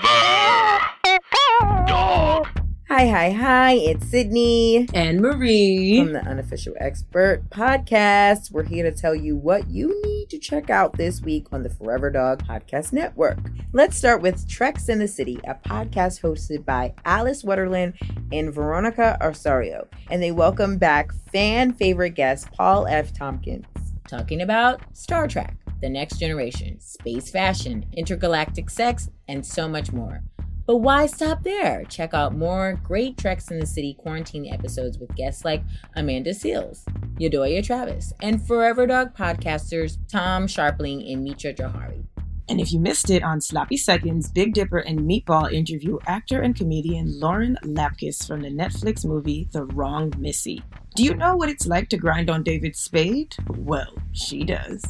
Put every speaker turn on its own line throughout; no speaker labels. Forever. Dog.
Hi, hi, hi. It's Sydney
and Marie.
from the Unofficial Expert Podcast. We're here to tell you what you need to check out this week on the Forever Dog Podcast Network. Let's start with Treks in the City, a podcast hosted by Alice Wetterland and Veronica Osorio. And they welcome back fan favorite guest Paul F. Tompkins, talking about Star Trek, The Next Generation, space fashion, intergalactic sex, and so much more. But why stop there? Check out more great Treks in the City quarantine episodes with guests like Amanda Seals, Yodoya Travis, and Forever Dog podcasters Tom Sharpling and Mitra Johari.
And if you missed it on Sloppy Seconds, Big Dipper and Meatball interview actor and comedian Lauren Lapkus from the Netflix movie The Wrong Missy. Do you know what it's like to grind on David Spade? Well, she does.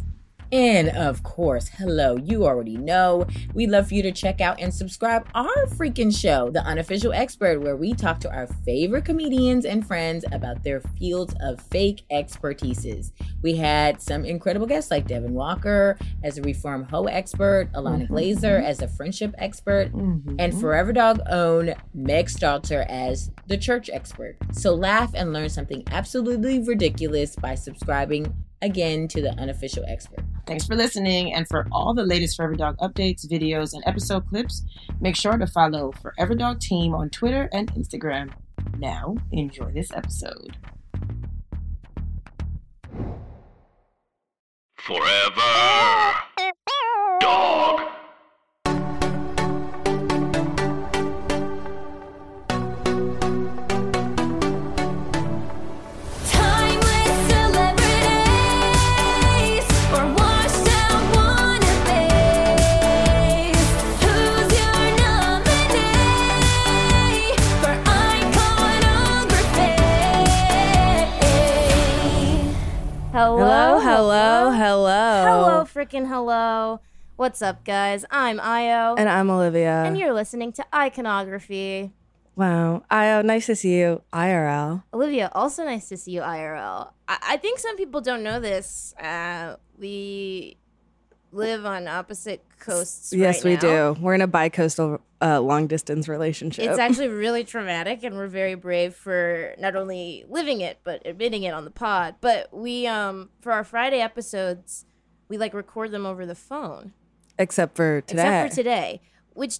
And of course, hello, you already know. We'd love for you to check out and subscribe our freaking show, The Unofficial Expert, where we talk to our favorite comedians and friends about their fields of fake expertises. We had some incredible guests like Devin Walker as a reform hoe expert, Alana
Mhm.
Glazer as a friendship expert, and
Mhm.
Forever Dog own Meg Stalter as the church expert. So laugh and learn something absolutely ridiculous by subscribing again to the unofficial expert.
Thanks for listening. And for all the latest Forever Dog updates, videos, and episode clips, make sure to follow Forever Dog Team on Twitter and Instagram. Now, enjoy this episode.
Forever. Dog.
Timeless celebrities or washed out wannabes. Who's your nominee for iconography?
Hello, hello, hello.
Hello, freaking hello. What's up, guys? I'm Io,
And I'm Olivia.
and you're listening to Iconography.
wow. Io, nice to see you. IRL.
Olivia, also nice to see you IRL. I, I think some people don't know this. Uh, we live on opposite coasts.
yes,
right
we
now.
do. We're in a bi-coastal uh, long distance relationship.
It's actually really traumatic, and we're very brave for not only living it but admitting it on the pod. But we, um, for our Friday episodes, we like record them over the phone,
Except for today.
except for today, which.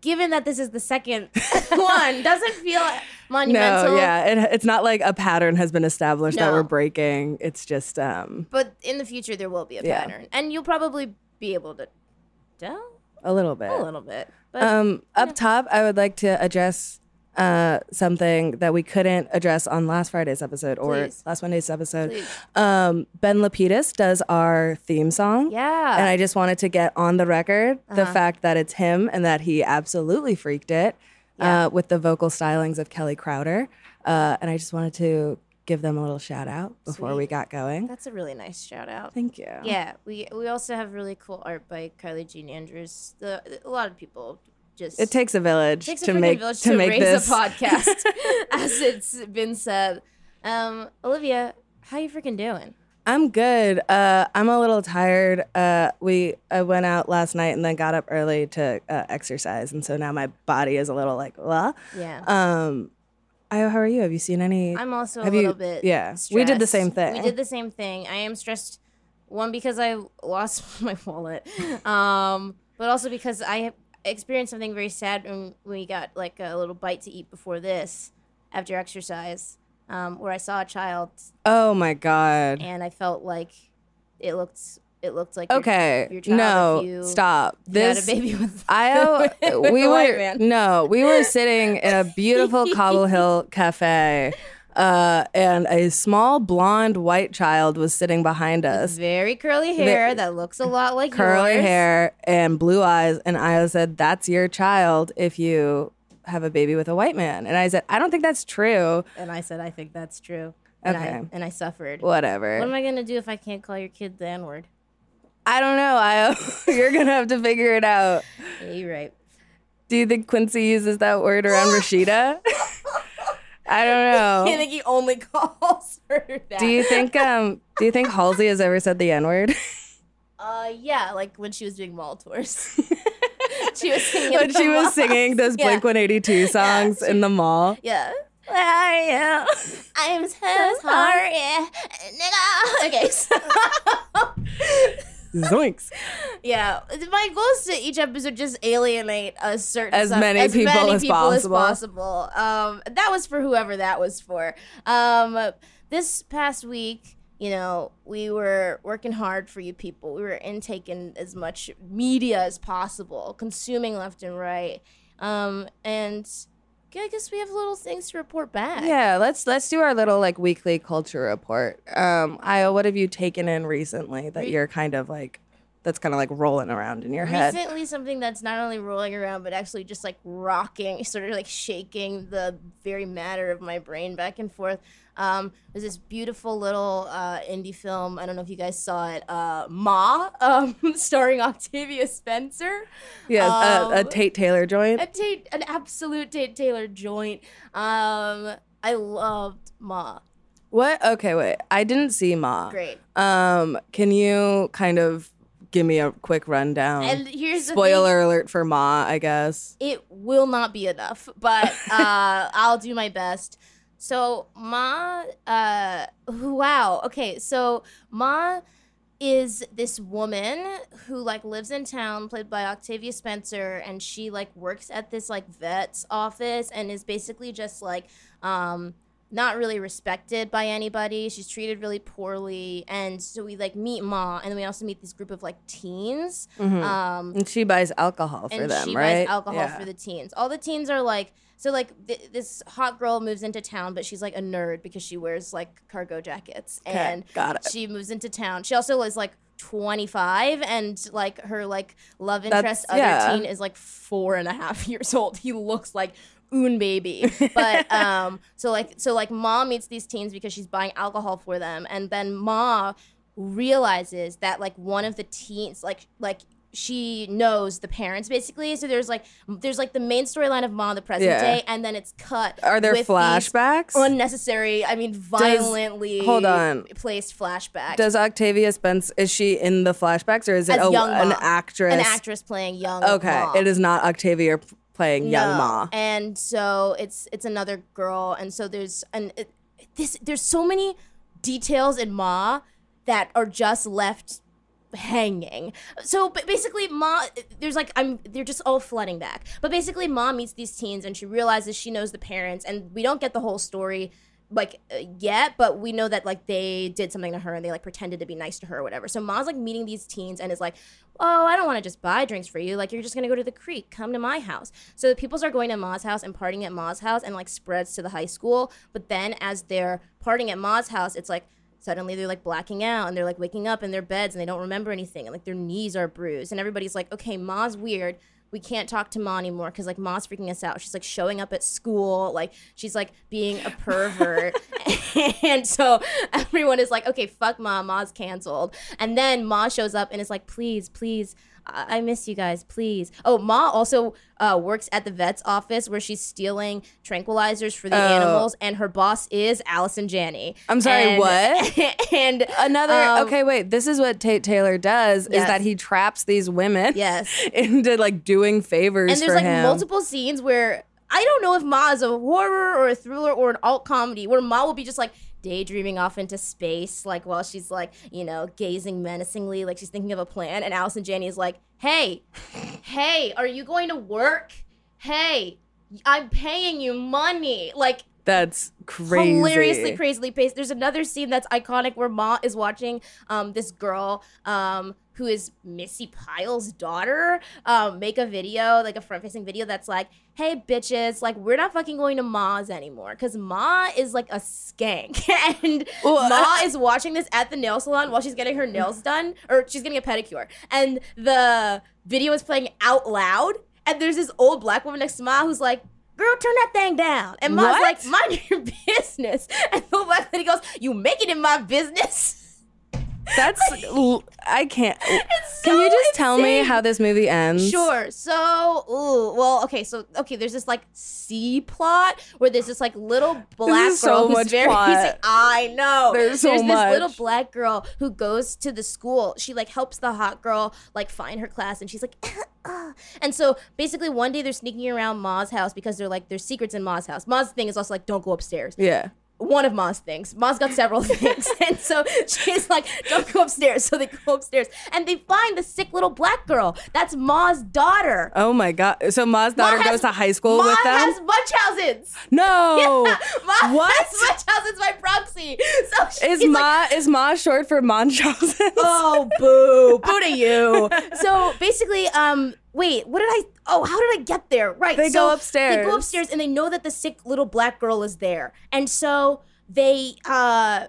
Given that this is the second one, doesn't feel monumental.
No, yeah. It, it's not like a pattern has been established that
No.
we're breaking. It's just um
But in the future, there will be a
Yeah.
pattern, and you'll probably be able to tell
a little bit.
a little bit. But
Um, up top, I would like to address uh, something that we couldn't address on last Friday's episode or
Please.
last Monday's episode.
Please.
Um, ben Lapidus does our theme song.
Yeah. Uh-huh.
And I just wanted to get on the record the fact that it's him and that he absolutely freaked it
Yeah.
uh, with the vocal stylings of Kelly Crowder. Uh, and I just wanted to give them a little shout out before we
Sweet.
got going.
that's a really nice shout out.
Thank you.
Yeah, we we also have really cool art by Carly Jean Andrews. The a lot of people just
It takes a village
takes a
to
freaking
make
village
to, make
raise
this
a podcast, as it's been said. Um, Olivia, how you freaking doing?
I'm good. Uh, I'm a little tired. Uh, we I went out last night and then got up early to uh, exercise, and so now my body is a little like blah.
Yeah,
Um, I, how are you? Have you seen any?
I'm also a
have you-
little bit.
yeah, we did the same
stressed.
thing.
We did the same thing. I am stressed. One because I lost my wallet, um, but also because I experienced something very sad when we got like a little bite to eat before this, after exercise, um, where I saw a child
oh my god.
and I felt like it looked it looked like your-
okay.
your child
no.
if you-
stop.
you had
This
a baby with
I
with
we
a white
were
man.
no, we were sitting in a beautiful Cobble Hill cafe, uh, and a small blonde white child was sitting behind us,
very curly hair that looks a lot like
curly
yours.
hair and blue eyes, and I said, "That's your child if you have a baby with a white man," and I said, "I don't think that's true.
And I said, I think that's true. And I,
Okay.
and I suffered.
Whatever.
What am I gonna do if I can't call your kid the N word?
I don't know. I you're gonna have to figure it out."
Yeah, you're right.
Do you think Quincy uses that word around Rashida? I don't know.
I think he only calls her that.
Oh. Do you think um do you think Halsey has ever said the N word?
Uh, yeah, like when she was doing mall tours. she was singing.
when
at the
she was
mall.
singing those
Yeah.
Blink 182 songs in the mall.
Yeah.
Where are you?
I'm so sorry, nigga. Okay. So,
Zoinks.
yeah. My goals to each episode just alienate a certain
As
sub-
many people as possible.
possible. Um, that was for whoever that was for. Um, this past week, you know, we were working hard for you people. We were intaking as much media as possible, consuming left and right, um, and. I guess we have little things to report back.
Yeah, let's let's do our little like weekly culture report. Um, Io, what have you taken in recently that
Re-
you're kind of like that's kind of like rolling around in your head?
Recently, something that's not only rolling around but actually just like rocking, sort of like shaking the very matter of my brain back and forth. Um, there's this beautiful little uh, indie film. I don't know if you guys saw it, uh, Ma, um, starring Octavia Spencer.
Yes, a, a
Um,
Tate Taylor joint.
A Tate, an absolute Tate Taylor joint. Um, I loved Ma.
What? Okay, wait. I didn't see Ma.
Great.
Um, can you kind of give me a quick rundown?
And here's the thing.
um, Spoiler alert for Ma, I guess.
it will not be enough, but uh, I'll do my best. So Ma, uh, wow. Okay, so Ma is this woman who like lives in town, played by Octavia Spencer, and she like works at this like vet's office and is basically just like um not really respected by anybody. She's treated really poorly, and so we like meet Ma, and then we also meet this group of like teens.
Mhm.
Um,
and she buys alcohol for
and
them,
she
right?
buys alcohol
Yeah.
for the teens. All the teens are like, so like th- this hot girl moves into town, but she's like a nerd because she wears like cargo jackets,
Okay,
and
got it.
she moves into town. She also is like. 25 and like her like love
That's-
interest other
yeah.
teen is like four and a half years old he looks like un baby but um so like so like mom meets these teens because she's buying alcohol for them and then ma realizes that like one of the teens like like she knows the parents basically so there's like there's like the main storyline of ma in the present
Yeah.
day and then it's cut
Are there
with these
flashbacks?
unnecessary i mean violently
hold on.
placed flashbacks
Does Octavia Spence is she in the flashbacks or is it
As
a,
young
an
Ma.
actress?
an actress playing young
Okay,
Ma.
it is not Octavia p- playing young
No.
Ma.
And so it's it's another girl, and so there's an it, this there's so many details in Ma that are just left hanging. So but basically Ma there's like I'm they're just all flooding back. But basically Ma meets these teens and she realizes she knows the parents and we don't get the whole story like uh, yet, but we know that like they did something to her and they like pretended to be nice to her or whatever. So Ma's like meeting these teens and is like, oh, I don't want to just buy drinks for you. Like you're just gonna go to the creek. Come to my house. So the people start going to Ma's house and partying at Ma's house and like spreads to the high school. But then as they're partying at Ma's house, it's like suddenly they're like blacking out and they're like waking up in their beds and they don't remember anything and like their knees are bruised and everybody's like, okay, Ma's weird we can't talk to Ma anymore because like Ma's freaking us out. She's like showing up at school, like she's like being a pervert, and so everyone is like, okay, fuck Ma, Ma's canceled. And then Ma shows up and is like, please, please, I, I miss you guys, please. Oh, Ma also uh, works at the vet's office where she's stealing tranquilizers for the
Oh.
animals, and her boss is Allison Janney.
I'm sorry,
And-
what?
and
Another
um,
okay, wait. This is what Tate Taylor does is
Yes.
that he traps these women
Yes.
into like doing favors
and there's
for
like
him.
multiple scenes where I don't know if Ma is a horror or a thriller or an alt comedy where Ma will be just like daydreaming off into space, like while she's like, you know, gazing menacingly, like she's thinking of a plan. And Allison Janney is like, hey, hey, are you going to work? Hey, I'm paying you money. Like,
That's crazy.
hilariously crazily paced. There's another scene that's iconic where Ma is watching um, this girl um, who is Missy Pyle's daughter um, make a video, like a front facing video that's like, hey, bitches, like, we're not fucking going to Ma's anymore because Ma is like a skank. and
Well, uh,
Ma
I-
is watching this at the nail salon while she's getting her nails done or she's getting a pedicure. And the video is playing out loud. And there's this old black woman next to Ma who's like, Girl, turn that thing down. And Ma's
What?
like, mind your business. And the black lady goes, You make it in my business.
That's l- I can't. Can you just tell me
insane.
how this movie ends?
Sure. So, ooh, well, okay. So, okay, there's this like C plot where there's this like little black
is
girl
so
who's
much
very.
plot.
I know.
There's so
this little
much.
black girl who goes to the school. She like helps the hot girl like find her class, and she's like. "Ah." And so basically, one day they're sneaking around Ma's house because they're like there's secrets in Ma's house. Ma's thing is also like don't go upstairs
Yeah.
one of Ma's things. Ma's got several things. And so she's like, don't go upstairs. So they go upstairs and they find the sick little black girl. That's Ma's daughter.
Oh my god. So Ma's
Ma
daughter
has-
goes to high school
Ma
Oh, with them.
has Munchausen's.
no.
Ma
What?
has Munchausen's by proxy. So she's
Is
like,
Ma is Ma short for Munchausen?
Oh, boo. boo to you. So basically, um, wait, what did I? Oh, how did I get there? Right.
They
so
go upstairs.
They go upstairs and they know that the sick little black girl is there. And so they, uh,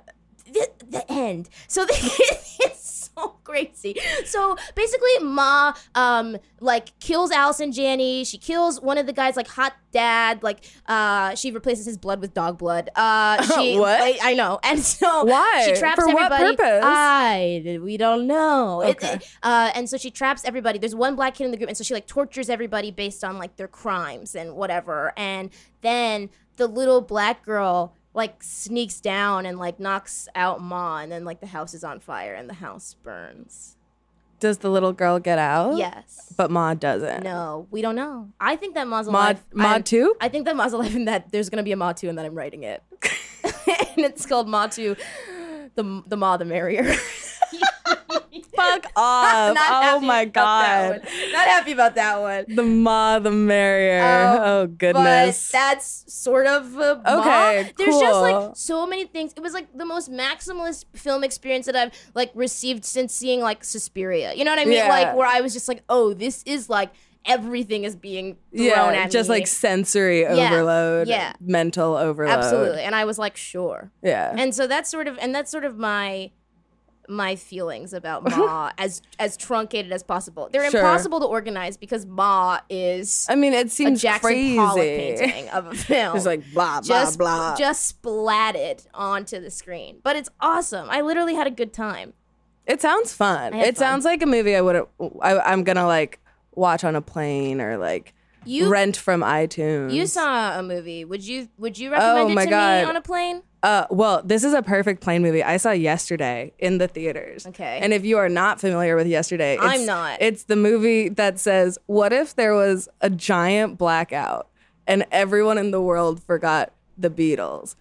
the, the end. So they, it's so crazy. So basically, Ma, um, like kills Alice and Janny. She kills one of the guys, like hot dad. Like, uh, she replaces his blood with dog blood. Uh, she,
What?
I, I know. And so
Why?
she traps
For what
everybody. Uh,
purpose?
I, we don't know. It-
Okay.
it- uh, and so she traps everybody. There's one black kid in the group, and so she like tortures everybody based on like their crimes and whatever. And then the little black girl like sneaks down and like knocks out Ma, and then like the house is on fire and the house burns.
Does the little girl get out?
Yes.
But Ma doesn't.
no, we don't know. I think that Ma's
Ma
alive.
Ma
I'm-
too?
I think that Ma's alive and that there's gonna be a Ma too and that I'm writing it. and it's called Ma too, the the Ma the merrier.
Fuck off.
Not
oh
happy
my
about that
god.
one. Not happy about that one.
The Ma the merrier.
Oh,
Oh, goodness.
But that's sort of uh, Ma.
Okay,
There's just
cool.
like so many things. It was like the most maximalist film experience that I've like received since seeing like Suspiria. You know what I mean?
Yeah.
Like where I was just like, oh, this is like everything is being thrown
yeah,
at
just
me.
like sensory overload,
yeah.
mental overload.
absolutely. And I was like, sure.
Yeah.
And so that's sort of and that's sort of my my feelings about Ma as as truncated as possible. They're
Sure.
impossible to organize because Ma is
I mean, it
a
seems
Jackson
crazy.
Pollock painting of a film.
It's like blah blah
just
blah.
just splatted onto the screen. But it's awesome. I literally had a good time.
it sounds fun.
I had
It
fun.
sounds like a movie I would. I, I'm gonna like watch on a plane or like
You
rent from iTunes.
you saw a movie. Would you would you recommend
Oh
it
my
to
God.
me on a plane?
Uh, well, this is a perfect plane movie. I saw yesterday in the theaters.
Okay.
And if you are not familiar with yesterday, it's,
I'm not.
It's the movie that says, "What if there was a giant blackout and everyone in the world forgot the Beatles,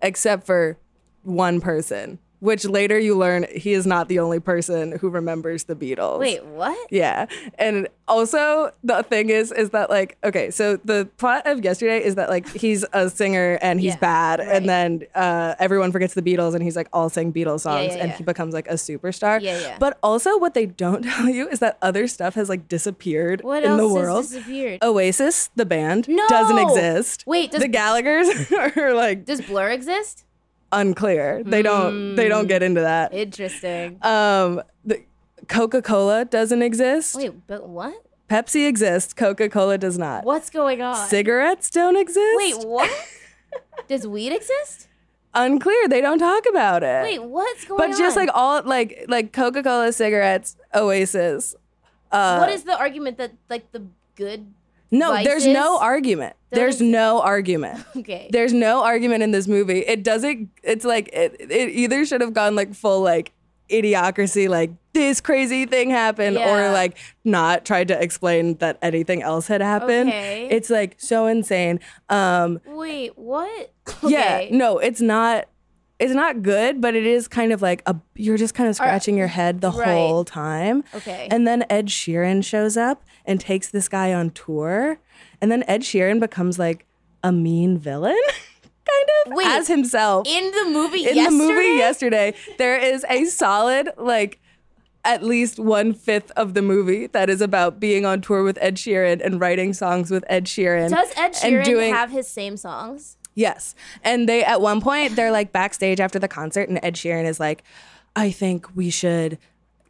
except for one person?" Which later you learn he is not the only person who remembers the Beatles.
Wait, what?
Yeah. And also the thing is is that like okay, so the plot of yesterday is that like he's a singer and he's
Yeah,
bad
right.
and then uh, everyone forgets the Beatles and he's like all sing Beatles
Yeah,
songs
yeah,
and
yeah.
he becomes like a superstar.
Yeah, yeah.
But also what they don't tell you is that other stuff has like disappeared
What
in
else
the
has
world.
disappeared?
Oasis, the band,
No!
doesn't exist.
Wait, does
the Gallagher's are like
does Blur exist?
unclear. They don't they
Hmm.
don't get into that.
Interesting.
um the Coca-Cola doesn't exist.
Wait, but what?
Pepsi exists, Coca Cola does not.
What's going on?
Uh, Cigarettes don't exist.
Wait, what? Does weed exist?
unclear. They don't talk about it.
Wait, what's going on?
but just like all like like Coca Cola, cigarettes, Oasis. Uh,
what is the argument that like the good?
no? There's no
vices?
argument.
Don't
There's
exist.
no argument.
Okay.
There's no argument in this movie. It doesn't. It's like it. It either should have gone like full like idiocracy, like this crazy thing happened,
Yeah.
or like not tried to explain that anything else had happened.
Okay.
It's like so insane. Um,
Wait, what?
Yeah, no, it's not. It's not good, but it is kind of like a you're just kind of scratching your head the
right.
whole time.
Okay.
And then Ed Sheeran shows up and takes this guy on tour, and then Ed Sheeran becomes like a mean villain, kind of
Wait,
as himself.
in the movie
In the movie yesterday, there is a solid like at least one fifth of the movie that is about being on tour with Ed Sheeran and writing songs with Ed Sheeran.
Does Ed
and
Sheeran
doing-
have his same songs?
Yes. And they, at one point, they're like backstage after the concert, and Ed Sheeran is like, I think we should,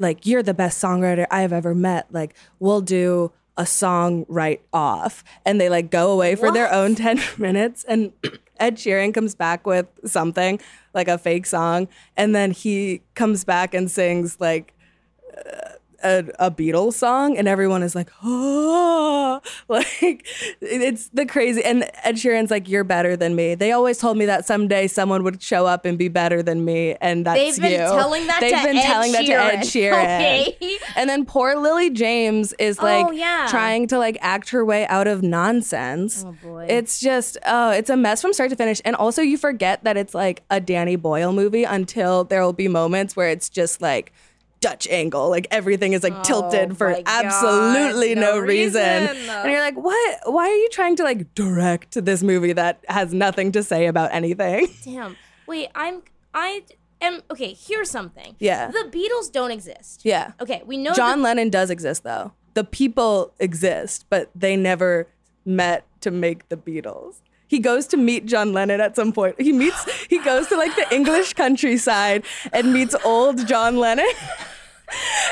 like, you're the best songwriter I've ever met. Like, we'll do a song right off and they like go away for their own 10 minutes and Ed Sheeran comes back with something like a fake song and then he comes back and sings like a, a Beatles song and everyone is like, oh, like it's the crazy. And Ed Sheeran's like, you're better than me. They always told me that someday someone would show up and be better than me. And that's
They've been
you.
telling that
They've
to
been
Ed
telling that to Ed
Sheeran,
Sheeran.
okay?
And then poor Lily James is like
Oh, yeah.
trying to like act her way out of nonsense.
Oh, boy.
It's just, oh, it's a mess from start to finish. And also, you forget that it's like a Danny Boyle movie until there will be moments where it's just like Dutch angle. Like everything is like tilted for
Oh my God,
absolutely no,
no
reason.
reason.
And you're like, what? Why are you trying to like direct this movie that has nothing to say about anything?
Damn. Wait, I'm I am okay, here's something.
Yeah.
The Beatles don't exist.
Yeah.
Okay, we know
John
that-
Lennon does exist though. The people exist, but they never met to make the Beatles. He goes to meet John Lennon at some point. He meets he goes to like the English countryside and meets old John Lennon.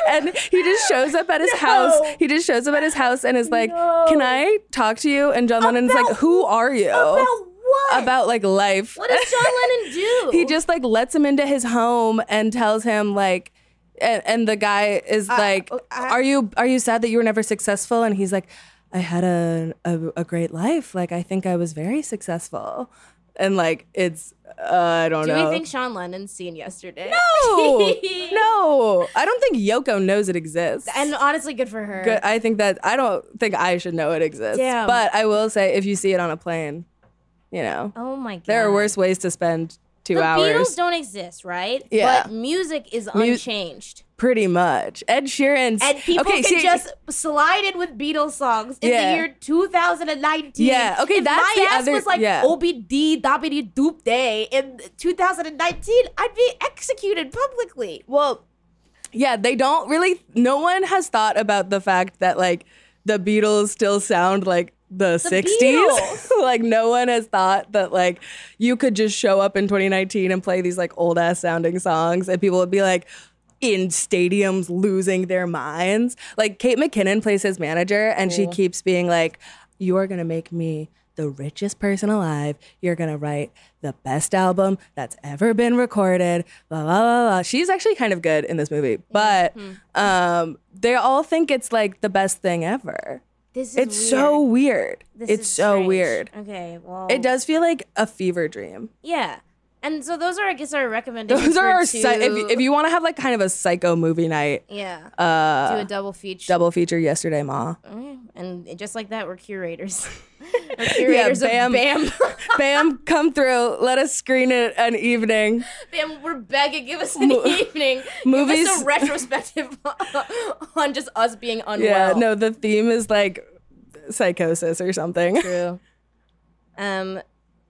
And he just shows up at his house. He just shows up at his house and is like, "Can I talk to you?" And John Lennon's like,
About-
"Who are you?"
about what?
About like life.
What does John Lennon do?
He just like lets him into his home and tells him like and, and the guy is like
oh,
are you are you sad that you were never successful and he's like I had a, a a great life like I think I was very successful and like it's uh, I don't
Do
know
we think Sean Lennon's seen yesterday?
no no I don't think Yoko knows it exists
And honestly, good for her.
Good- I think that I don't think I should know it exists
Damn.
but I will say if you see it on a plane you know
Oh my god.
there are worse ways to spend 2
The
hours
Beatles don't exist, right?
Yeah.
But music is
Mu-
unchanged.
Pretty much. Ed Sheeran's
And people
okay,
can
see-
just slide in with Beatles songs in
Yeah.
the year 2019.
Yeah, okay,
if
that's
my
the
ass
other-
was like
yeah.
OBD Dobby Doop Day in 2019, I'd be executed publicly.
well, yeah, they don't really. No one has thought about the fact that like the Beatles still sound like the, 60s.
Beatles.
like no one has thought that like you could just show up in 2019 and play these like old ass sounding songs and people would be like in stadiums losing their minds. Like Kate McKinnon plays his manager and she keeps being like you are going to make me the richest person alive. You're going to write the best album that's ever been recorded. Blah, blah, blah, blah. She's actually kind of good in this movie, but
Hmm.
um, they all think it's like the best thing ever.
This is
It's so
weird.
weird.
This
it's
is
so
strange.
weird.
Okay, well,
It does feel like a fever dream.
Yeah, and so those are, I guess, our recommendations.
Those are
for
our si- if,
two-
if you want to have like kind of a psycho movie night,
yeah do a
uh,
double feature.
double feature yesterday, ma.
Okay, And just like that, we're curators. we're curators
bam.
of Bam.
Bam, come through. Let us screen it an evening.
Bam, we're begging. Give us an evening. Give us
movies-
a retrospective on just us being
Yeah,
unwell.
no, the theme is like psychosis or something.
True. Um,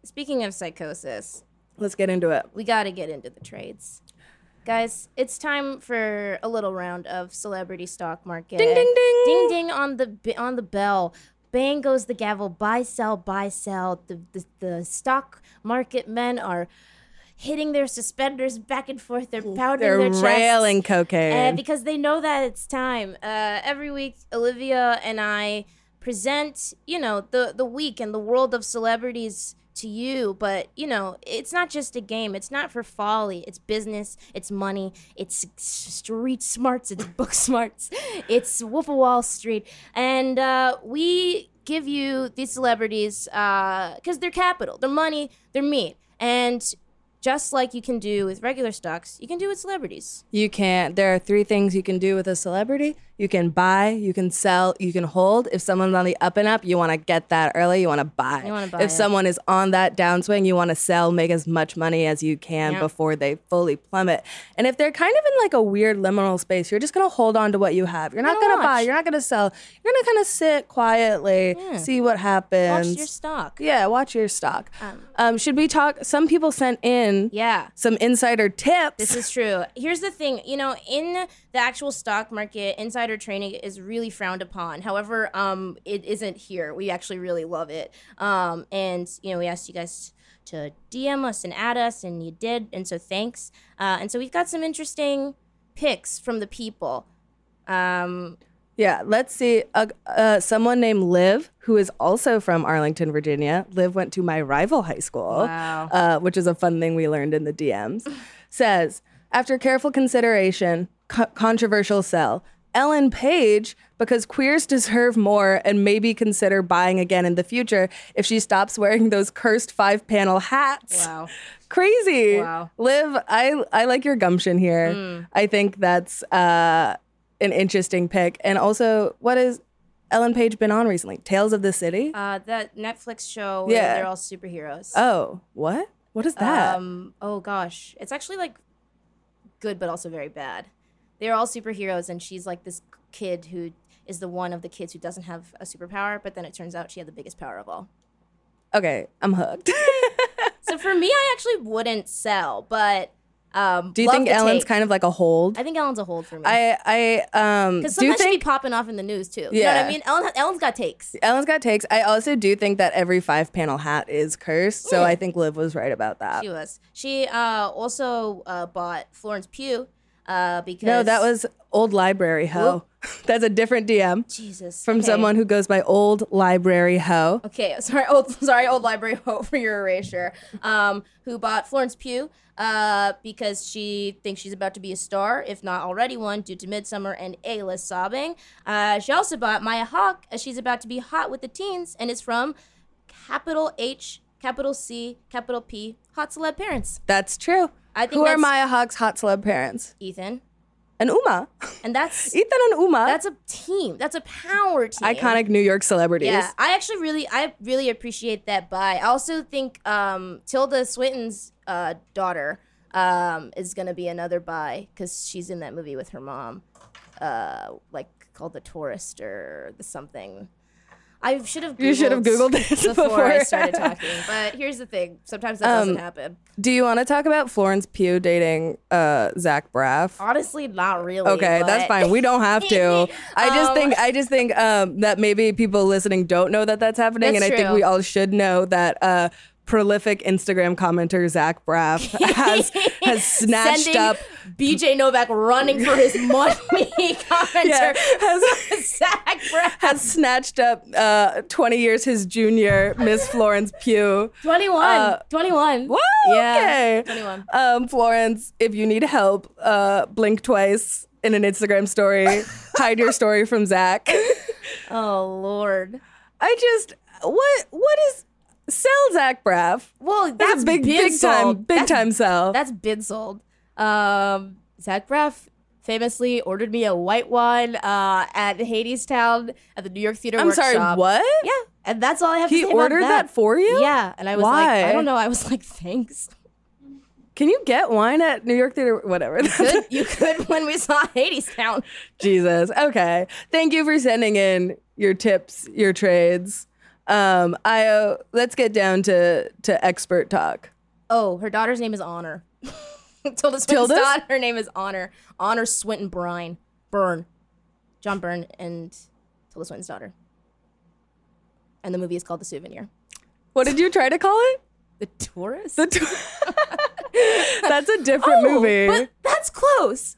speaking of psychosis,
Let's get into it.
we got to get into the trades. Guys, it's time for a little round of celebrity stock market.
Ding, ding, ding.
ding ding on the b- on the bell. Bang goes the gavel. Buy sell buy sell. The the, the stock market men are hitting their suspenders back and forth. They're pounding
They're
their chests.
railing cocaine.
Uh, because they know that it's time. Uh, every week, Olivia and I present, you know, the the week and the world of celebrities to you. But you know, it's not just a game. It's not for folly. It's business. It's money. It's s- street smarts. It's book smarts. It's Wolf of Wall Street. And uh, we give you these celebrities because they're capital, they're money, they're meat, and. Just like you can do with regular stocks, you can do with celebrities.
You can't. There are three things you can do with a celebrity you can buy, you can sell, you can hold. If someone's on the up and up, you want to get that early, you want to buy.
You wanna buy
if
it.
someone is on that downswing, you want to sell, make as much money as you can
Yeah.
before they fully plummet. And if they're kind of in like a weird liminal space, you're just going to hold on to what you have. You're not
gonna
going to buy,
watch.
you're not going to sell. You're going to kind of sit quietly, see what happens.
Watch your stock.
yeah, watch your stock. um, should we talk? Some people sent in
Yeah.
some insider tips.
This is true. Here's the thing, you know, in the actual stock market, insider trading is really frowned upon. However, um, it isn't here. We actually really love it. Um, and you know, we asked you guys to DM us and add us, and you did, and so thanks. Uh, and so we've got some interesting picks from the people. Um,
Yeah, let's see. Uh, uh, someone named Liv, who is also from Arlington, Virginia. Liv went to my rival high school,
Wow.
uh, which is a fun thing we learned in the DMs. says, after careful consideration, co- controversial sell. Ellen Page, because queers deserve more and maybe consider buying again in the future if she stops wearing those cursed five panel hats.
Wow.
Crazy.
Wow. Mm.
Liv, I, I like your gumption here. I think that's uh, an interesting pick. And also, what has Ellen Page been on recently? Tales of the City?
Uh, that Netflix show where
Yeah.
they're all superheroes.
oh, what? What is that?
Um, oh gosh, it's actually like good, but also very bad. They're all superheroes, and she's like this kid who is the one of the kids who doesn't have a superpower, but then it turns out she had the biggest power of all.
okay, I'm hooked.
So for me, I actually wouldn't sell, but um,
Do you think Ellen's kind of like a hold?
I think Ellen's a hold for me.
I I um
Because
do
sometimes she'd
think
be popping off in the news too. You know what
Yeah.
I mean? Ellen, Ellen's got takes.
Ellen's got takes. I also do think that every five panel hat is cursed,
Mm.
so I think Liv was right about that.
She was. She uh, also uh, bought Florence Pugh uh, because
No, that was old library hoe. That's a different DM
Jesus
from
okay.
someone who goes by old library hoe.
Okay, sorry, old sorry, old library hope for your erasure. Um, who bought Florence Pugh? Uh, because she thinks she's about to be a star, if not already one, due to Midsummer and A-list sobbing. Uh, she also bought Maya Hawke, as she's about to be hot with the teens, and is from capital H, capital C, capital P, hot celeb parents.
That's true.
I think
who are
that's-
Maya Hawke's hot celeb parents?
Ethan,
And Uma.
and that's
Ethan and Uma.
that's a team. That's a power team.
iconic New York celebrities.
Yeah, I actually really, I really appreciate that buy. I also think um, Tilda Swinton's uh, daughter um, is gonna be another buy because she's in that movie with her mom, uh, like called The Tourist or the something. I should have.
You should have Googled this
before, I
before. Um,
started talking. But here's the thing: sometimes that doesn't happen.
Do you want to talk about Florence Pugh dating uh, Zach Braff?
Honestly, not really.
Okay, that's
but-
fine. We don't have to. I just
Um,
think I just think um, that maybe people listening don't know that that's happening,
That's
and I think
true.
we all should know that. Uh, Prolific Instagram commenter Zach Braff has has snatched
Sending
up
BJ Novak running for his money commenter.
yeah, has,
Zach Braff.
has snatched up uh, twenty years his junior Miss Florence Pugh.
21.
Uh,
21.
Whoa,
Yeah,
okay.
21.
Um, Florence, if you need help, uh, blink twice in an Instagram story. Hide your story from Zach.
Oh, Lord.
I just what what is sell Zach Braff?
Well, that's,
That's, a big
been
big
sold.
time big
that's,
time sell.
That's been sold. Um, Zach Braff famously ordered me a white wine uh, at Hadestown at the New York Theater
I'm sorry,
Workshop.
what?
Yeah, and that's all I have
He
to say
ordered
about
that.
that.
for you?
Yeah, and I was like,
Why?
I don't know. I was like, thanks.
Can you get wine at New York Theater? Whatever.
Good, you could when we saw Hadestown.
Jesus. Okay. Thank you for sending in your tips, your trades. Um, Io, let's get down to to expert talk.
Oh, her daughter's name is Honor. Tilda Swinton's
Tilda's?
daughter. Her name is Honor. Honor Swinton Brine. Byrne. John Byrne and Tilda Swinton's daughter. And the movie is called The Souvenir.
What did you try to call it?
The Tourist?
The tw- That's a different movie.
Oh, But that's close.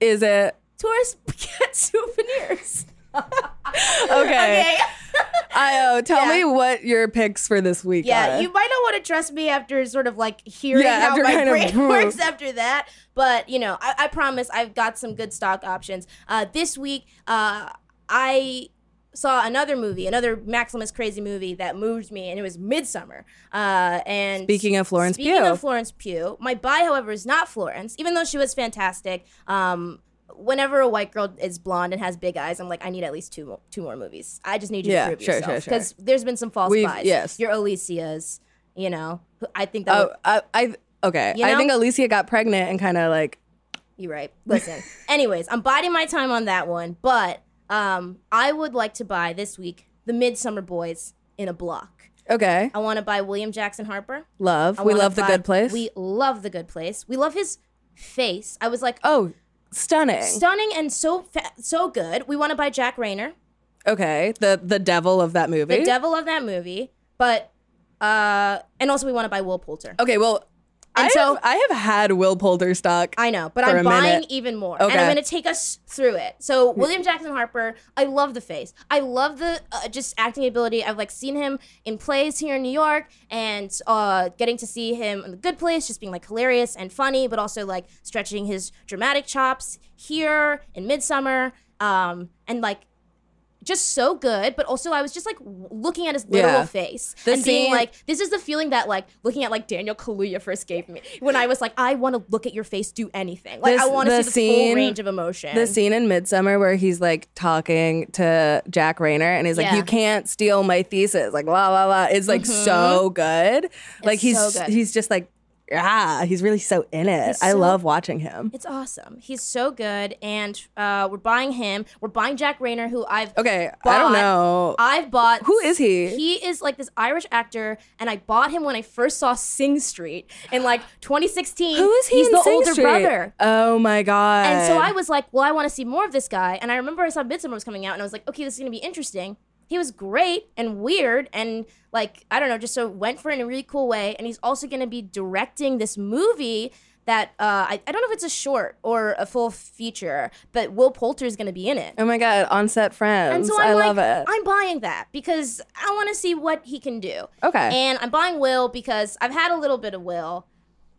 Is it?
Tourists get souvenirs.
Okay.
Okay.
Io, tell
Yeah.
me what your picks for this week
Yeah,
are.
you might not want to trust me after sort of like hearing
Yeah,
how
after
my
kind of-
brain works after that. But you know, I, I promise I've got some good stock options. Uh, this week, uh, I saw another movie, another Maximus crazy movie that moved me, and it was Midsummer. Uh, and
Speaking of Florence
Speaking
Pugh.
of Florence Pugh, my buy, however, is not Florence, even though she was fantastic. Um, whenever a white girl is blonde and has big eyes, I'm like, I need at least two more, two more movies. I just need you
Yeah,
to prove
sure,
yourself
sure, sure.
because there's been some false
We've-
buys.
yes.
your Alicia's, you know. who- I think that
Oh,
would-
I, I okay.
You
I
know?
think Alicia got pregnant and kind of like
you're right. Listen, anyways, I'm biding my time on that one, but um, I would like to buy this week the Midsummer Boys in a block.
okay,
I want to buy William Jackson Harper.
love.
I
we
wanna
love the
buy-
good place.
We love the good place. We love his face. I was like,
oh, stunning.
stunning and so fa- so good. We want to buy Jack Rayner,
okay, the the devil of that movie.
the devil of that movie, but uh, and also we want to buy Will Poulter.
okay, well, I
And so
have, I have had Will Polterstock.
I know, but
for a
I'm buying
minute.
even more, and
Okay.
I'm going to take us through it. So William Jackson Harper, I love the face. I love the uh, just acting ability. I've like seen him in plays here in New York, and uh, getting to see him in the Good Place, just being like hilarious and funny, but also like stretching his dramatic chops here in Midsummer, um, and like just so good. But also, I was just like w- looking at his literal
Yeah.
face
The
and being
scene-
like, this is the feeling that like looking at like Daniel Kaluuya first gave me when I was like, I want to look at your face do anything. Like I
This-
want to
the
see the
scene-
full range of emotion.
The scene in Midsummer where he's like talking to Jack Rayner and he's like,
Yeah. Mm-hmm.
"You can't steal my thesis," like la la la. It's like so good. like he's
so good.
he's just like, ah, he's really so in it.
He's
I
so-
love watching him.
it's awesome. He's so good, and uh, we're buying him. We're buying Jack Rayner, who I've
Okay, I don't
But-
know.
I've bought.
Who is he?
He is like this Irish actor, and I bought him when I first saw Sing Street in like 2016.
Who is he?
He's
in
the
Sing
older
Street?
brother.
Oh my god!
And so I was like, well, I want to see more of this guy. And I remember I saw Midsummer was coming out, and I was like, okay, this is gonna be interesting. He was great and weird, and like I don't know, just so went for it in a really cool way. And he's also gonna be directing this movie that uh, I, I don't know if it's a short or a full feature, but Will Poulter is gonna be in it.
Oh my god! On set friends.
And so
I
I'm like,
love it.
I'm buying that because I want to see what he can do.
okay.
And I'm buying Will because I've had a little bit of Will,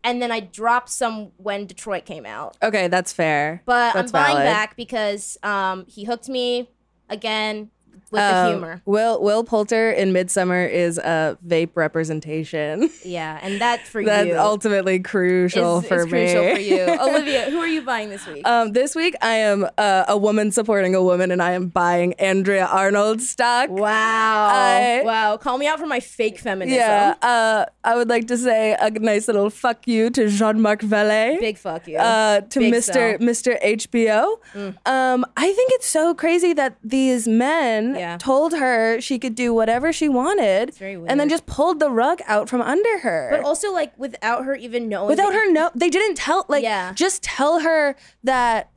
and then I dropped some when Detroit came out.
okay, that's fair.
But
That's
I'm buying
valid.
back because um, he hooked me again with the
Um,
humor.
Will Will Poulter in Midsummer is a vape representation.
Yeah, and that for
That's
you
ultimately crucial
is,
for
is
me.
crucial for you, Olivia. Who are you buying this week?
Um, this week, I am uh, a woman supporting a woman, and I am buying Andrea Arnold stock.
wow,
I-
Uh, wow! Call me out for my fake feminism.
Yeah, uh, I would like to say a nice little fuck you to Jean Marc Vallée.
big fuck you.
uh, to
Big
Mr.
sell. Mm.
Mr. HBO. Um, I think it's so crazy that these men
Yeah.
told her she could do whatever she wanted,
very
and then
weird.
just pulled the rug out from under her.
but also like without her even knowing.
Without
that-
her, no, they didn't tell. Like,
Yeah.
just tell her that.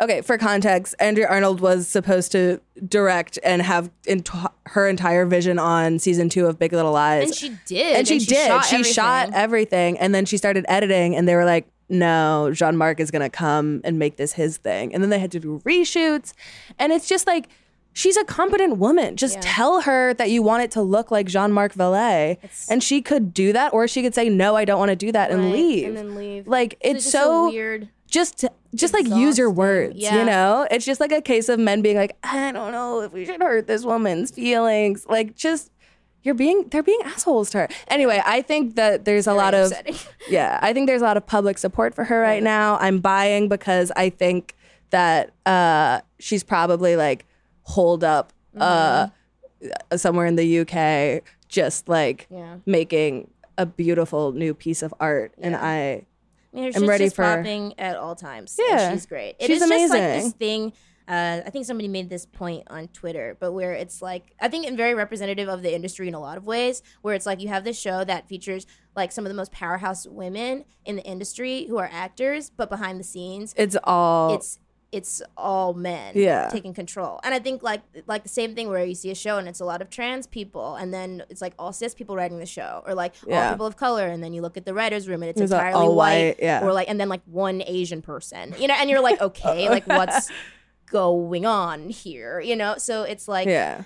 Okay, for context, Andrea Arnold was supposed to direct and have ent- her entire vision on season two of Big Little Lies,
and she did,
and she, did.
Shot
she shot
everything.
everything, and then she started editing, and they were like, "No, Jean Marc is gonna come and make this his thing." And then they had to do reshoots, and it's just like. She's a competent woman. Just tell her that you want it to look like Jean Marc Vallée. And she could do that, or she could say, No, I don't want to do that, and
Right,
leave.
and then leave.
Like,
So
it's
just
so,
a weird.
just just like use your
exhausting.
words you
Yeah.
know it's just like a case of men being like i don't know if we should hurt this woman's feelings like just you're being they're being assholes to her anyway i think that there's a lot of
upsetting.
yeah i think there's a lot of public support for her right, now i'm buying because i think that uh she's probably like holed up uh somewhere in the uk just like
Mm-hmm. Yeah.
making a beautiful new piece of art and i
I mean, her
I'm
shit's
ready
just
for-
popping at all times. and
Yeah.
she's great. It is
She's
just like
amazing.
this thing. Uh, I think somebody made this point on Twitter, but where it's like I think and very representative of the industry in a lot of ways. Where it's like you have this show that features like some of the most powerhouse women in the industry who are actors, but behind the scenes,
it's all
it's it's all men
Yeah.
taking control and i think like like the same thing where you see a show and it's a lot of trans people and then it's like all cis people writing the show or like
Yeah.
all people of color and then you look at the writers room and it's
It's all-
entirely
all
white,
white, yeah.
or like and then like one asian person you know and you're like okay like what's going on here you know so it's like
Yeah.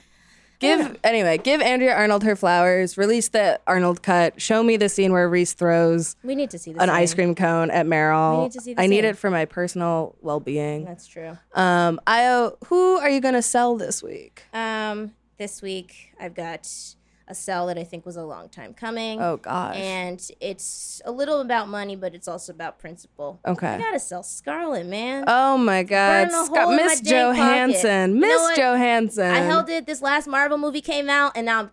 Give anyway, give Andrea Arnold her flowers, release the Arnold cut, show me the scene where Reese throws
we need to see this
an ice
thing.
cream cone at Meryl.
We need to see the
I need
scene.
it for my personal well being.
that's true
Um Io, who are you gonna sell this week?
um this week i've got a cell that i think was a long time coming
Oh gosh.
and it's a little about money, but it's also about principle. I
okay.
gotta sell Scarlet, man.
Oh my god.
Burn a
Scott-
hole in my dang
Miss
pocket.
Johansson.
You know
Miss
what?
Johansson.
I held it. This last Marvel movie came out, and now I'm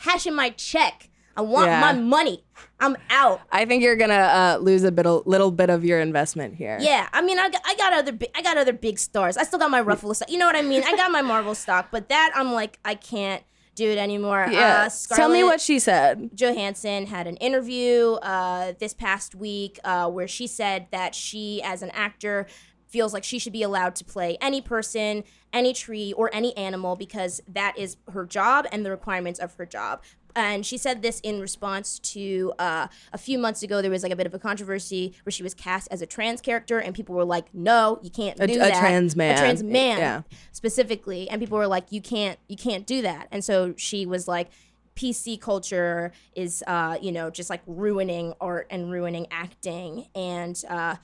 cashing my check. I want
Yeah.
my money. I'm out.
I think you're gonna uh, lose a bit, little bit of your investment here.
Yeah, I mean, I got, I got other bi- I got other big stars. I still got my Ruffalo stock. You know what I mean? I got my Marvel stock, but that I'm like, I can't do it anymore.
Yeah.
Uh, Scarlet,
Tell me what she said.
Johansson had an interview uh, this past week uh, where she said that she, as an actor, feels like she should be allowed to play any person, any tree, or any animal because that is her job and the requirements of her job. and she said this in response to uh, a few months ago there was like a bit of a controversy where she was cast as a trans character and people were like no you can't
A-
do
a
that
trans man.
a trans man
Yeah.
specifically and people were like you can't you can't do that and so she was like PC culture is uh, you know just like ruining art and ruining acting and uh,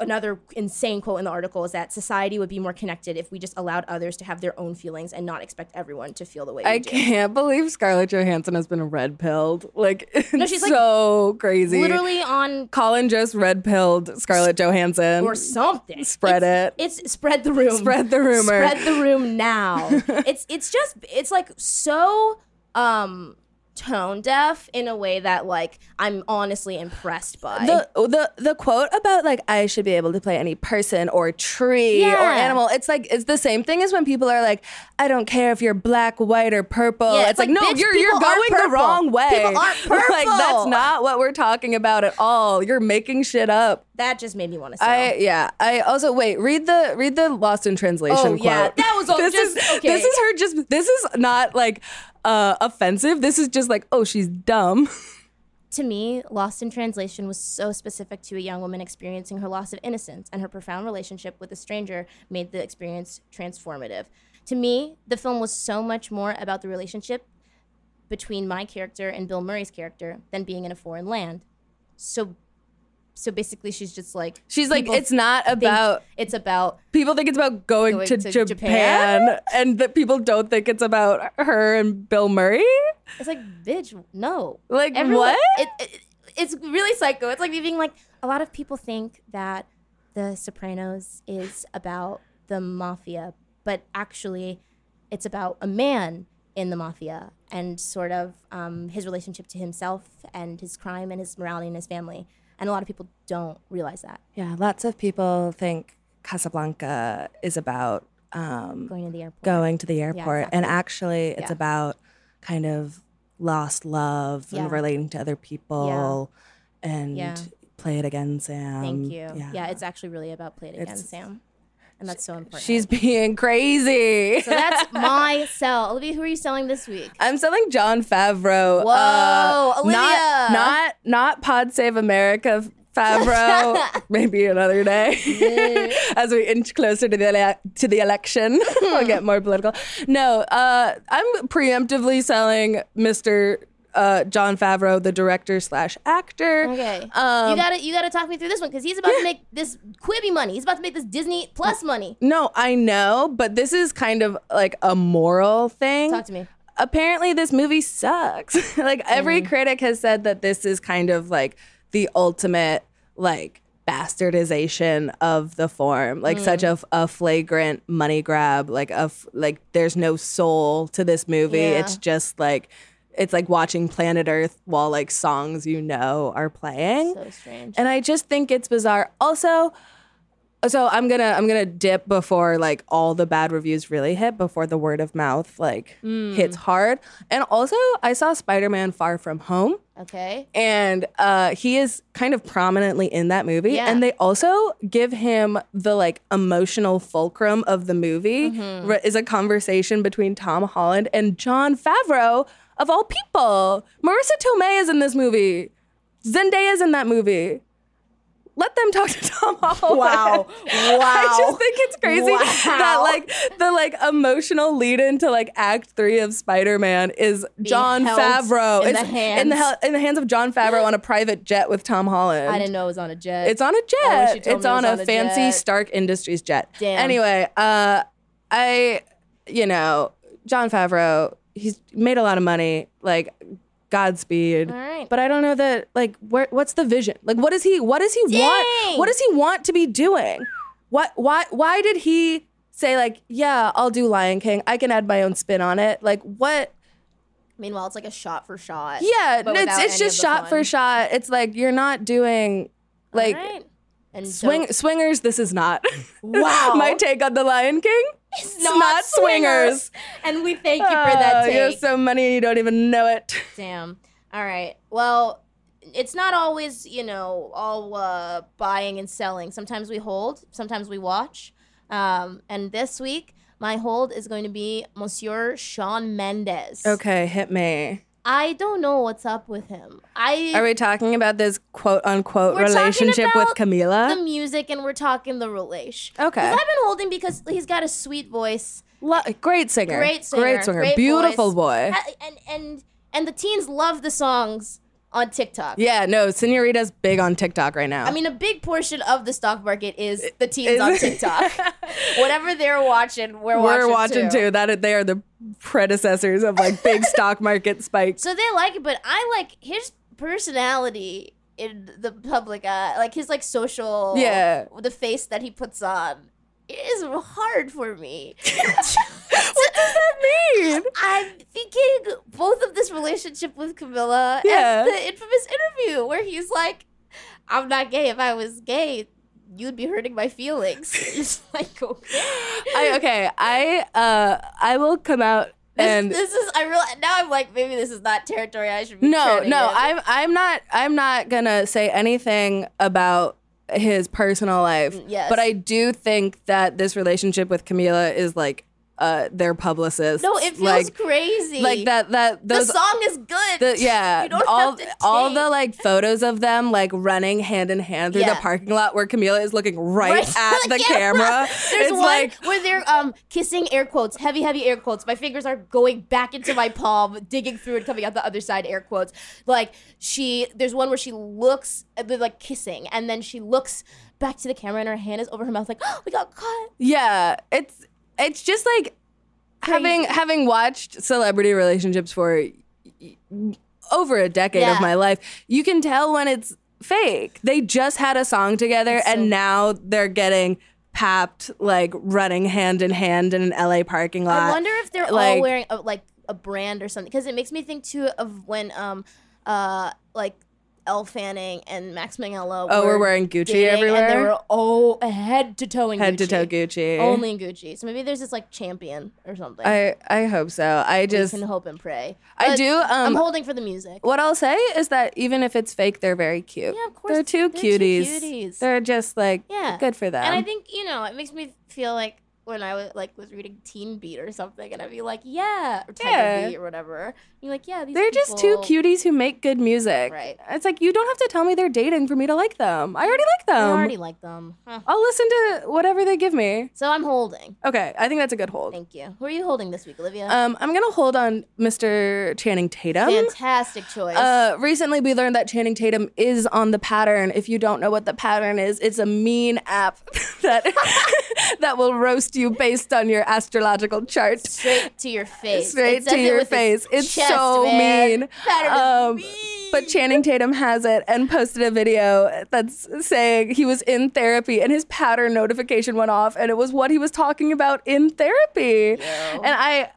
another insane quote in the article is that society would be more connected if we just allowed others to have their own feelings and not expect everyone to feel the way
I
we do.
can't believe Scarlett Johansson has been red pilled. Like, it's
she's, like,
so crazy.
Literally on
Colin just red pilled Scarlett Johansson.
or something.
Spread
It's-
it.
It's spread the room.
Spread the rumor.
Spread the room now. it's it's just it's like so um tone deaf in a way that like I'm honestly impressed by.
the the the quote about like I should be able to play any person or tree or
Yeah.
animal. It's like it's the same thing as when people are like, I don't care if you're black, white, or purple.
Yeah,
it's,
it's
like,
like,
no,
bitch,
you're you're
people aren't
going the
purple.
wrong way.
People aren't
Like that's
purple.
not what we're talking about at all. You're making shit up.
that just made me want to
I
say
yeah. I also wait. Read the read the Lost in Translation.
Oh
quote.
yeah, that was all
this
just
is
okay.
this is her just. This is not like uh offensive. This is just like oh she's dumb.
To me, Lost in Translation was so specific to a young woman experiencing her loss of innocence, and her profound relationship with a stranger made the experience transformative. To me, the film was so much more about the relationship between my character and Bill Murray's character than being in a foreign land. So, so basically, she's just like
She's like
people
it's not
think
about
it's about
people think it's about going,
Going
to,
to
Japan,
Japan?
and that people don't think it's about her and Bill Murray.
It's like, bitch, no.
Like, what?
It, it, it's really psycho. It's like me being like, a lot of people think that The Sopranos is about the mafia, but actually, it's about a man in the mafia and sort of um, his relationship to himself and his crime and his morality and his family. And a lot of people don't realize that
Yeah, lots of people think Casablanca is about um,
going to the airport.
going to the airport, and actually it's
Yeah.
about kind of lost love
Yeah.
and relating to other people and
Yeah.
play it again, Sam.
Thank you. Yeah. it's actually really about play it again,
It's-
Sam. And that's so important.
she's being crazy.
So that's my sell. Olivia, who are you selling this week?
I'm selling John Favreau. uh,
Whoa,
Not,
Olivia.
not not Pod Save America Favreau. maybe another day, as we inch closer to the ele- to the election, we'll get more political. No, uh, I'm preemptively selling Mr. Uh, John Favreau, the director slash actor.
Okay.
Um,
you gotta you gotta talk me through this one because he's about to make this Quibi money. He's about to make this Disney Plus money.
no, I know, but this is kind of like a moral thing.
Talk to me.
apparently this movie sucks. like every critic has said that this is kind of like the ultimate like bastardization of the form. Like such a, a flagrant money grab. Like a f- like there's no soul to this movie.
Yeah.
It's just like it's like watching Planet Earth while like songs you know are playing.
So strange.
And I just think it's bizarre. Also, so I'm gonna I'm gonna dip before like all the bad reviews really hit before the word of mouth like hits hard. And also, I saw Spider-Man Far From Home,
Okay.
and uh, he is kind of prominently in that movie.
Yeah.
And they also give him the like emotional fulcrum of the movie
Mm-hmm.
re- is a conversation between Tom Holland and John Favreau of all people. Marissa Tomei is in this movie. Zendaya is in that movie. Let them talk to Tom Holland.
Wow.
I
Wow.
just think it's crazy that
Wow.
like the like emotional lead into like act three of Spider-Man is John
held
Favreau.
in
It's
the
in
hands.
the hel- uh, in the hands of John Favreau on a private jet with Tom Holland.
I didn't know it was on a jet.
It's on a
I wish
jet.
you told
it's
me it
on
was
a
on a
fancy
jet.
Stark Industries jet.
Damn.
Anyway, uh I you know, John Favreau, he's made a lot of money. Like Godspeed.
all right.
But I don't know that like where, what's the vision? Like what does he what does he want?
Dang.
What does he want to be doing? What why why did he say like, yeah, I'll do Lion King. I can add my own spin on it. Like what
Meanwhile, it's like a shot for shot.
yeah,
Uh, but
it's
without
it's
any
just
of the
shot for
fun.
shot. It's like you're not doing
All
like
right. and so-
swing swingers this is not.
Wow.
My take on the Lion King.
It's
not swingers.
And we thank you for that
Oh,
take.
You have so many you don't even know it.
Damn. All right. Well, it's not always, you know, all uh, buying and selling. Sometimes we hold, sometimes we watch. Um, and this week, my hold is going to be Monsieur Sean Mendez.
Okay, hit me.
I don't know what's up with him. I
Are we talking about this quote unquote
We're talking
relationship with
about
Camila?
the music and we're talking the relation.
Okay.
I've been holding because he's got a sweet voice.
Lo- great singer.
Great singer.
Great singer.
Great
Beautiful boy.
I- and and and the teens love the songs on TikTok.
Yeah, no, Senorita's big on TikTok right now.
I mean, a big portion of the stock market is the teens on TikTok. Whatever they're watching, we're,
we're
watching,
watching too. That they are the predecessors of like big stock market spikes.
So they like it, but I like his personality in the public eye, like his like social,
Yeah.
the face that he puts on. It is hard for me.
what does that mean?
I'm thinking both of this relationship with Camilla
Yeah.
and the infamous interview where he's like, "I'm not gay. If I was gay, you'd be hurting my feelings." it's like okay,
I okay, I uh I will come out
This,
and
this is I real now I'm like maybe this is not territory I should be
no,
treading
no,
in.
I'm I'm not I'm not gonna say anything about his personal life.
Mm, yes.
But I do think that this relationship with Camila is like uh their publicist.
no it feels
like,
crazy
like that that
the
those
song is good
the, yeah,
you don't
all
have to
all the
change.
like photos of them like running hand in hand through
Yeah.
the parking lot where Camila is looking right,
Right
at
to
the camera.
There's
it's
one
like
where they're um kissing air quotes, heavy, heavy air quotes. My fingers are going back into my palm, digging through and coming out the other side, air quotes. Like she there's one where she looks uh, they're like kissing and then she looks back to the camera and her hand is over her mouth like, Oh, we got caught.
yeah, it's it's just like having
Crazy.
having watched celebrity relationships for y- y- over a decade
Yeah.
of my life, you can tell when it's fake. They just had a song together and
so-
now they're getting papped like running hand in hand in an LA parking lot.
I wonder if they're
like-
all wearing a, like a brand or something because it makes me think too of when um uh like Elle Fanning and Max Minghella
oh,
were
we're wearing Gucci
dating and they
everywhere.
were all head to toe in
Head
Gucci.
to toe Gucci.
Only in Gucci. So maybe there's this like champion or something.
I I hope so. I
We
just
can hope and pray.
I
But
do
I'm
um
holding for the music.
what I'll say is that even if it's fake, they're very cute.
Yeah, of course.
they're two cuties.
cuties.
They're just like
Yeah.
good for them.
and I think you know it makes me feel like when I was like was reading Teen Beat or something, and I'd be like, yeah, or Tiger
Yeah.
Beat or whatever. You're like, yeah, these
they're just two
people-
cuties who make good music.
Right.
It's like you don't have to tell me they're dating for me to like them. I already like
I
them.
already like them. Huh.
I'll listen to whatever they give me.
So I'm holding.
Okay, I think that's a good hold.
Thank you. Who are you holding this week, Olivia?
Um, I'm gonna hold on Mr. Channing Tatum.
Fantastic choice.
Um, Uh, recently, we learned that Channing Tatum is on the pattern. If you don't know what the pattern is, it's a mean app that that will roast you based on your astrological chart.
straight to your face.
Straight
It says
to
it
your
with its
face. It's
chest,
so
man.
mean.
Pattern is
Um,
mean.
But Channing Tatum has it and posted a video that's saying he was in therapy and his pattern notification went off and it was what he was talking about in therapy. And I,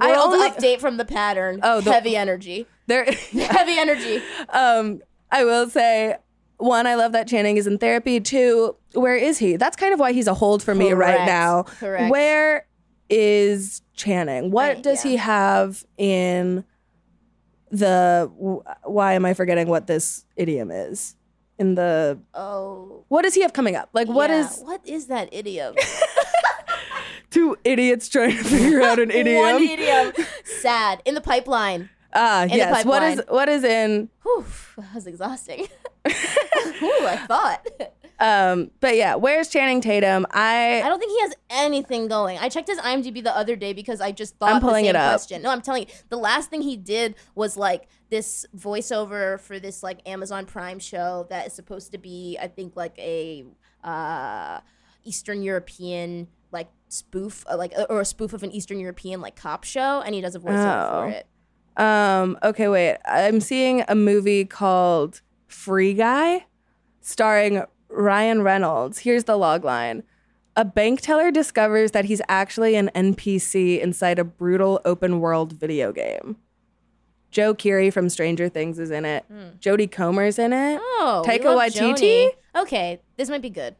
I
World
only
update from the pattern.
Oh,
Oh,
the-
heavy energy.
there.
Heavy energy.
um, I will say, one, I love that Channing is in therapy. Two, where is he? That's kind of why he's a hold for me right
Correct.
now.
Correct.
Where is Channing? What
Right,
does
yeah.
he have in the? wh- Why am I forgetting what this idiom is? In the
Oh.
what does he have coming up? Like what
yeah.
is
what is that idiom?
two idiots trying to figure out an
One
idiom?
idiom. Sad. In the pipeline.
Ah,
the
yes. What is
pipeline.
what is in
Whew, that was exhausting. Ooh, I thought.
um but yeah, where's Channing Tatum?
I don't think he has anything going. I checked his IMDb the other day because I just thought
I'm pulling
the
it
same
up.
question. No, I'm telling you, the last thing he did was like this voiceover for this like Amazon Prime show that is supposed to be, I think, like a uh, Eastern European like spoof, uh, like or a spoof of an Eastern European like cop show, and he does a voiceover
Oh.
for it.
Um, okay, wait. I'm seeing a movie called Free Guy starring Ryan Reynolds. Here's the log line. A bank teller discovers that he's actually an NPC inside a brutal open world video game. Joe Keery from Stranger Things is in it. Jodie Comer's in it.
Hmm. Oh, we
Taika
love
Waititi?
Joni. Okay, this might be good.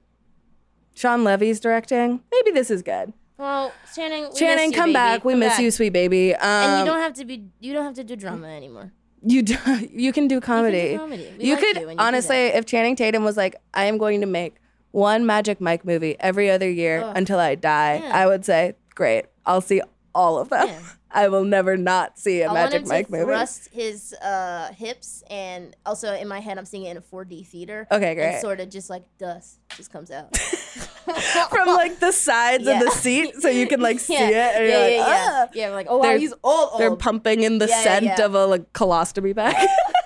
Sean Levy's directing. Maybe this is good.
Well, Channing, we miss
Shannon,
you,
come
baby.
back. We
Come
miss
back.
you, sweet baby. Um,
and you don't have to be. You don't have to do drama anymore.
you do, you can do comedy.
You can do comedy. We
you
like
could
you when you do that.
honestly, if Channing Tatum was like, I am going to make one Magic Mike movie every other year
Ugh.
until I die,
Yeah.
I would say, great. I'll see all of them.
Yeah.
I will never not see a
I want him
Magic Mike
to
movie.
thrust his uh, hips, and also in my head, I'm seeing it in a 4D theater.
Okay,
And
great.
sort of just like dust just comes out.
From like the sides
Yeah.
of the seat, so you can like see it. And
yeah,
you're
yeah,
like,
yeah.
"Ah."
Yeah, we're like, oh, wow,
They're-
he's old, old.
They're pumping in the
Yeah, yeah,
scent
yeah.
of a like, colostomy bag.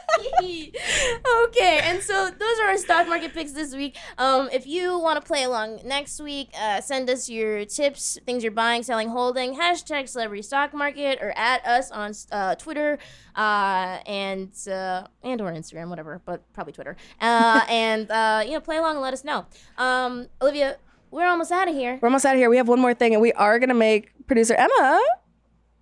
okay, and so those are our stock market picks this week. Um, if you want to play along next week, uh, send us your tips, things you're buying, selling, holding, hashtag celebrity stock market, or at us on uh, Twitter uh, and uh, and or Instagram, whatever, but probably Twitter. Uh, and uh, you know, play along and let us know. Um, Olivia, we're almost out of here.
We're almost out of here. We have one more thing, and we are gonna make producer Emma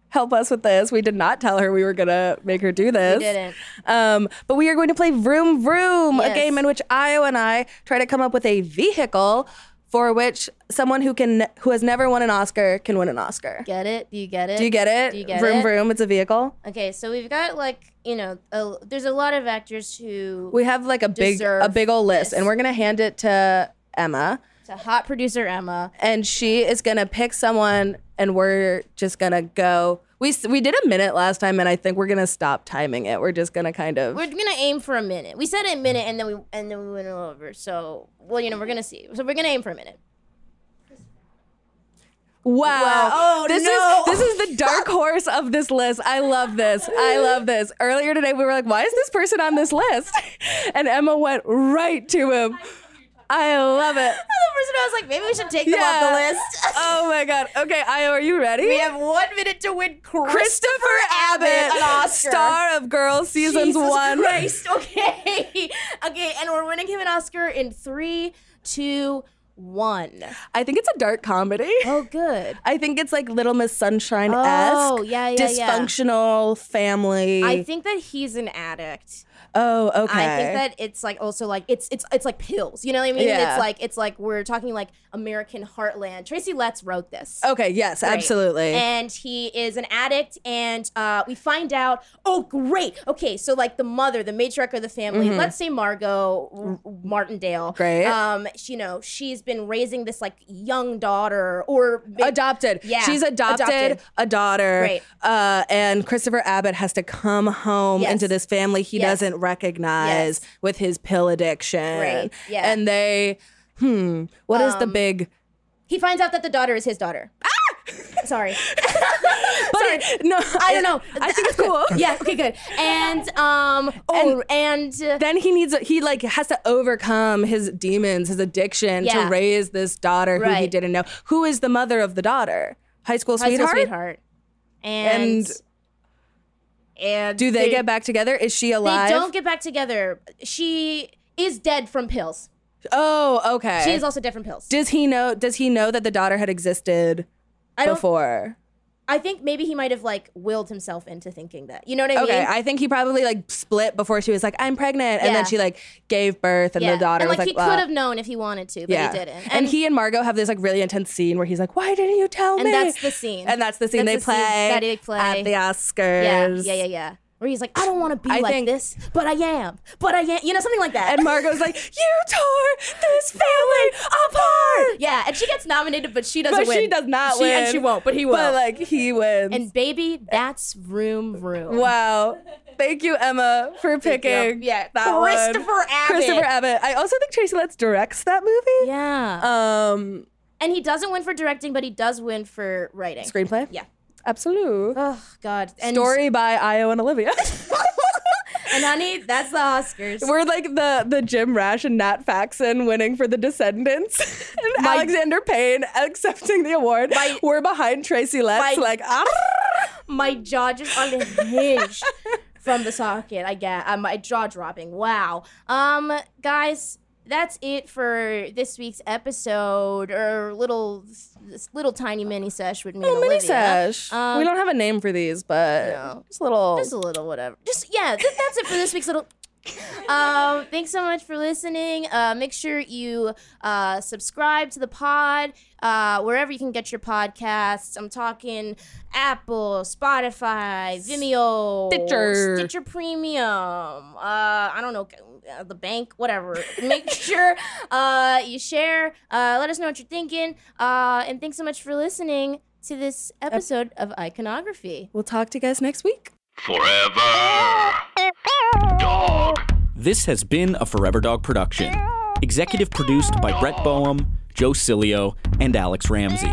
help us with this. We did not tell her we were gonna make her do this.
We didn't.
Um, but we are going to play Vroom Vroom,
Yes.
a game in which Io and I try to come up with a vehicle for which someone who can who has never won an Oscar can win an Oscar.
Get it? Do you get it?
Do you get it?
Do you get
vroom
it?
Vroom. It's a vehicle.
Okay, so we've got like you know, a, there's a lot of actors who
We have like a big a
Deserve
big old list,
this.
and we're gonna hand it to Emma,
to hot producer Emma.
and she is gonna pick someone, and we're just gonna go. We s- we did a minute last time, and I think we're gonna stop timing it. We're just gonna kind of.
We're gonna aim for a minute. We said a minute, and then we and then we went all over. So, well, you know, we're gonna see. So we're gonna aim for a minute.
Wow.
Oh,
this
no.
is this is the dark horse of this list. I love this. I love this. Earlier today we were like, why is this person on this list? And Emma went right to him. I love it.
Another person, I was like, maybe we should take them
Yeah.
off the list.
Oh my god. Okay, Io, are you ready?
Uh, We have one minute to win Chris.
Christopher Abbott,
Abbott, an Oscar.
star of Girls seasons
Jesus
one.
Christ. Okay. okay, and we're winning him an Oscar in three, two, one.
I think it's a dark comedy.
Oh, good.
I think it's like Little Miss Sunshine esque,
Oh, yeah, yeah, yeah.
dysfunctional family.
I think that he's an addict.
oh, okay.
I think that it's like also like it's it's it's like pills. You know what I mean?
Yeah.
It's like it's like we're talking like American Heartland. Tracy Letts wrote this.
okay, yes, absolutely.
and he is an addict and uh, we find out oh great okay so like the mother the matriarch of the family
Mm-hmm.
let's say margot R- martindale
Great.
um she, you know she's been raising this like young daughter or ma-
adopted.
Yeah,
she's adopted,
adopted.
a daughter.
Right.
Uh, and Christopher Abbott has to come home
Yes.
into this family he
Yes.
doesn't recognize
Yes.
with his pill addiction.
Right, yeah.
And they, hmm, what is the
Um,
big?
he finds out that the daughter is his daughter
Ah!
sorry
But it- no,
I don't know.
I think it's cool.
yeah okay good and um oh and, uh,
Then he needs a, he like has to overcome his demons, his addiction to
Yeah.
raise this daughter who he
Right.
didn't know. Who is the mother of the daughter? High school
high school
sweetheart.
sweetheart and
And-
and
Do they get back together? Is she
they
alive?
don't get back together she is dead from pills
oh, okay.
She is also dead from pills.
Does he know? Does he know that the daughter had existed
I don't.
before?
I think maybe he might have like willed himself into thinking that. You know what I
Okay,
mean?
I think he probably like split before she was like, "I'm pregnant," and
Yeah.
then she like gave birth, and
yeah.
the daughter
and, like,
was like,
he
"Well."
could have known if he wanted to, but
yeah,
he didn't.
And, he and Margot have this like really intense scene where he's like, "Why didn't you tell
and
me?"
that's the scene.
and that's the scene
That's
they
the
play
scene that they play.
at the
yeah,
Oscars.
yeah, yeah, yeah. Where he's like, I don't want to be
I
like
think-
this, but I am, but I am. You know, something like that.
And Margot's like, "You tore this family apart."
yeah, and she gets nominated, but she doesn't
But
win.
she does not
She-
win,
and she won't, but he will.
But like he wins.
and baby, that's room, room.
Wow. Thank you, Emma, for picking.
Yeah,
that one.
Christopher Abbott.
Christopher Abbott. I also think Tracy Letts directs that movie.
Yeah.
Um,
and he doesn't win for directing, but he does win for writing.
screenplay.
Yeah.
Absolute.
Oh God. And
Story by Io and Olivia.
And honey, that's the Oscars.
We're like the the Jim Rash and Nat Faxon winning for The Descendants, and
My-
Alexander Payne accepting the award.
My-
We're behind Tracy Letts.
My-
like ah.
my jaw just unhinged from the socket. I get uh, my jaw dropping. Wow. Um, guys, that's it for this week's episode or little this little tiny mini sesh with me. and
Little mini
Olivia.
sesh.
Um,
we don't have a name for these, but
No.
it's a little.
Just a little whatever. Just yeah, th- that's it for this week's little um thanks so much for listening uh make sure you uh subscribe to the pod uh wherever you can get your podcasts i'm talking apple spotify vimeo
Stitcher.
stitcher premium uh i don't know uh, the bank whatever make sure uh you share uh let us know what you're thinking uh and thanks so much for listening to this episode of Iconography.
We'll talk to you guys next week.
Forever Dog.
This has been a Forever Dog production. Executive produced by Brett Boehm, Joe Cilio, and Alex Ramsey.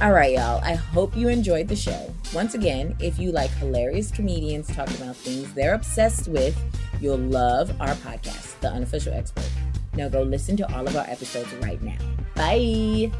All right, y'all. I hope you enjoyed the show. Once again, if you like hilarious comedians talk about things they're obsessed with, you'll love our podcast, The Unofficial Expert. Now go listen to all of our episodes right now. Bye.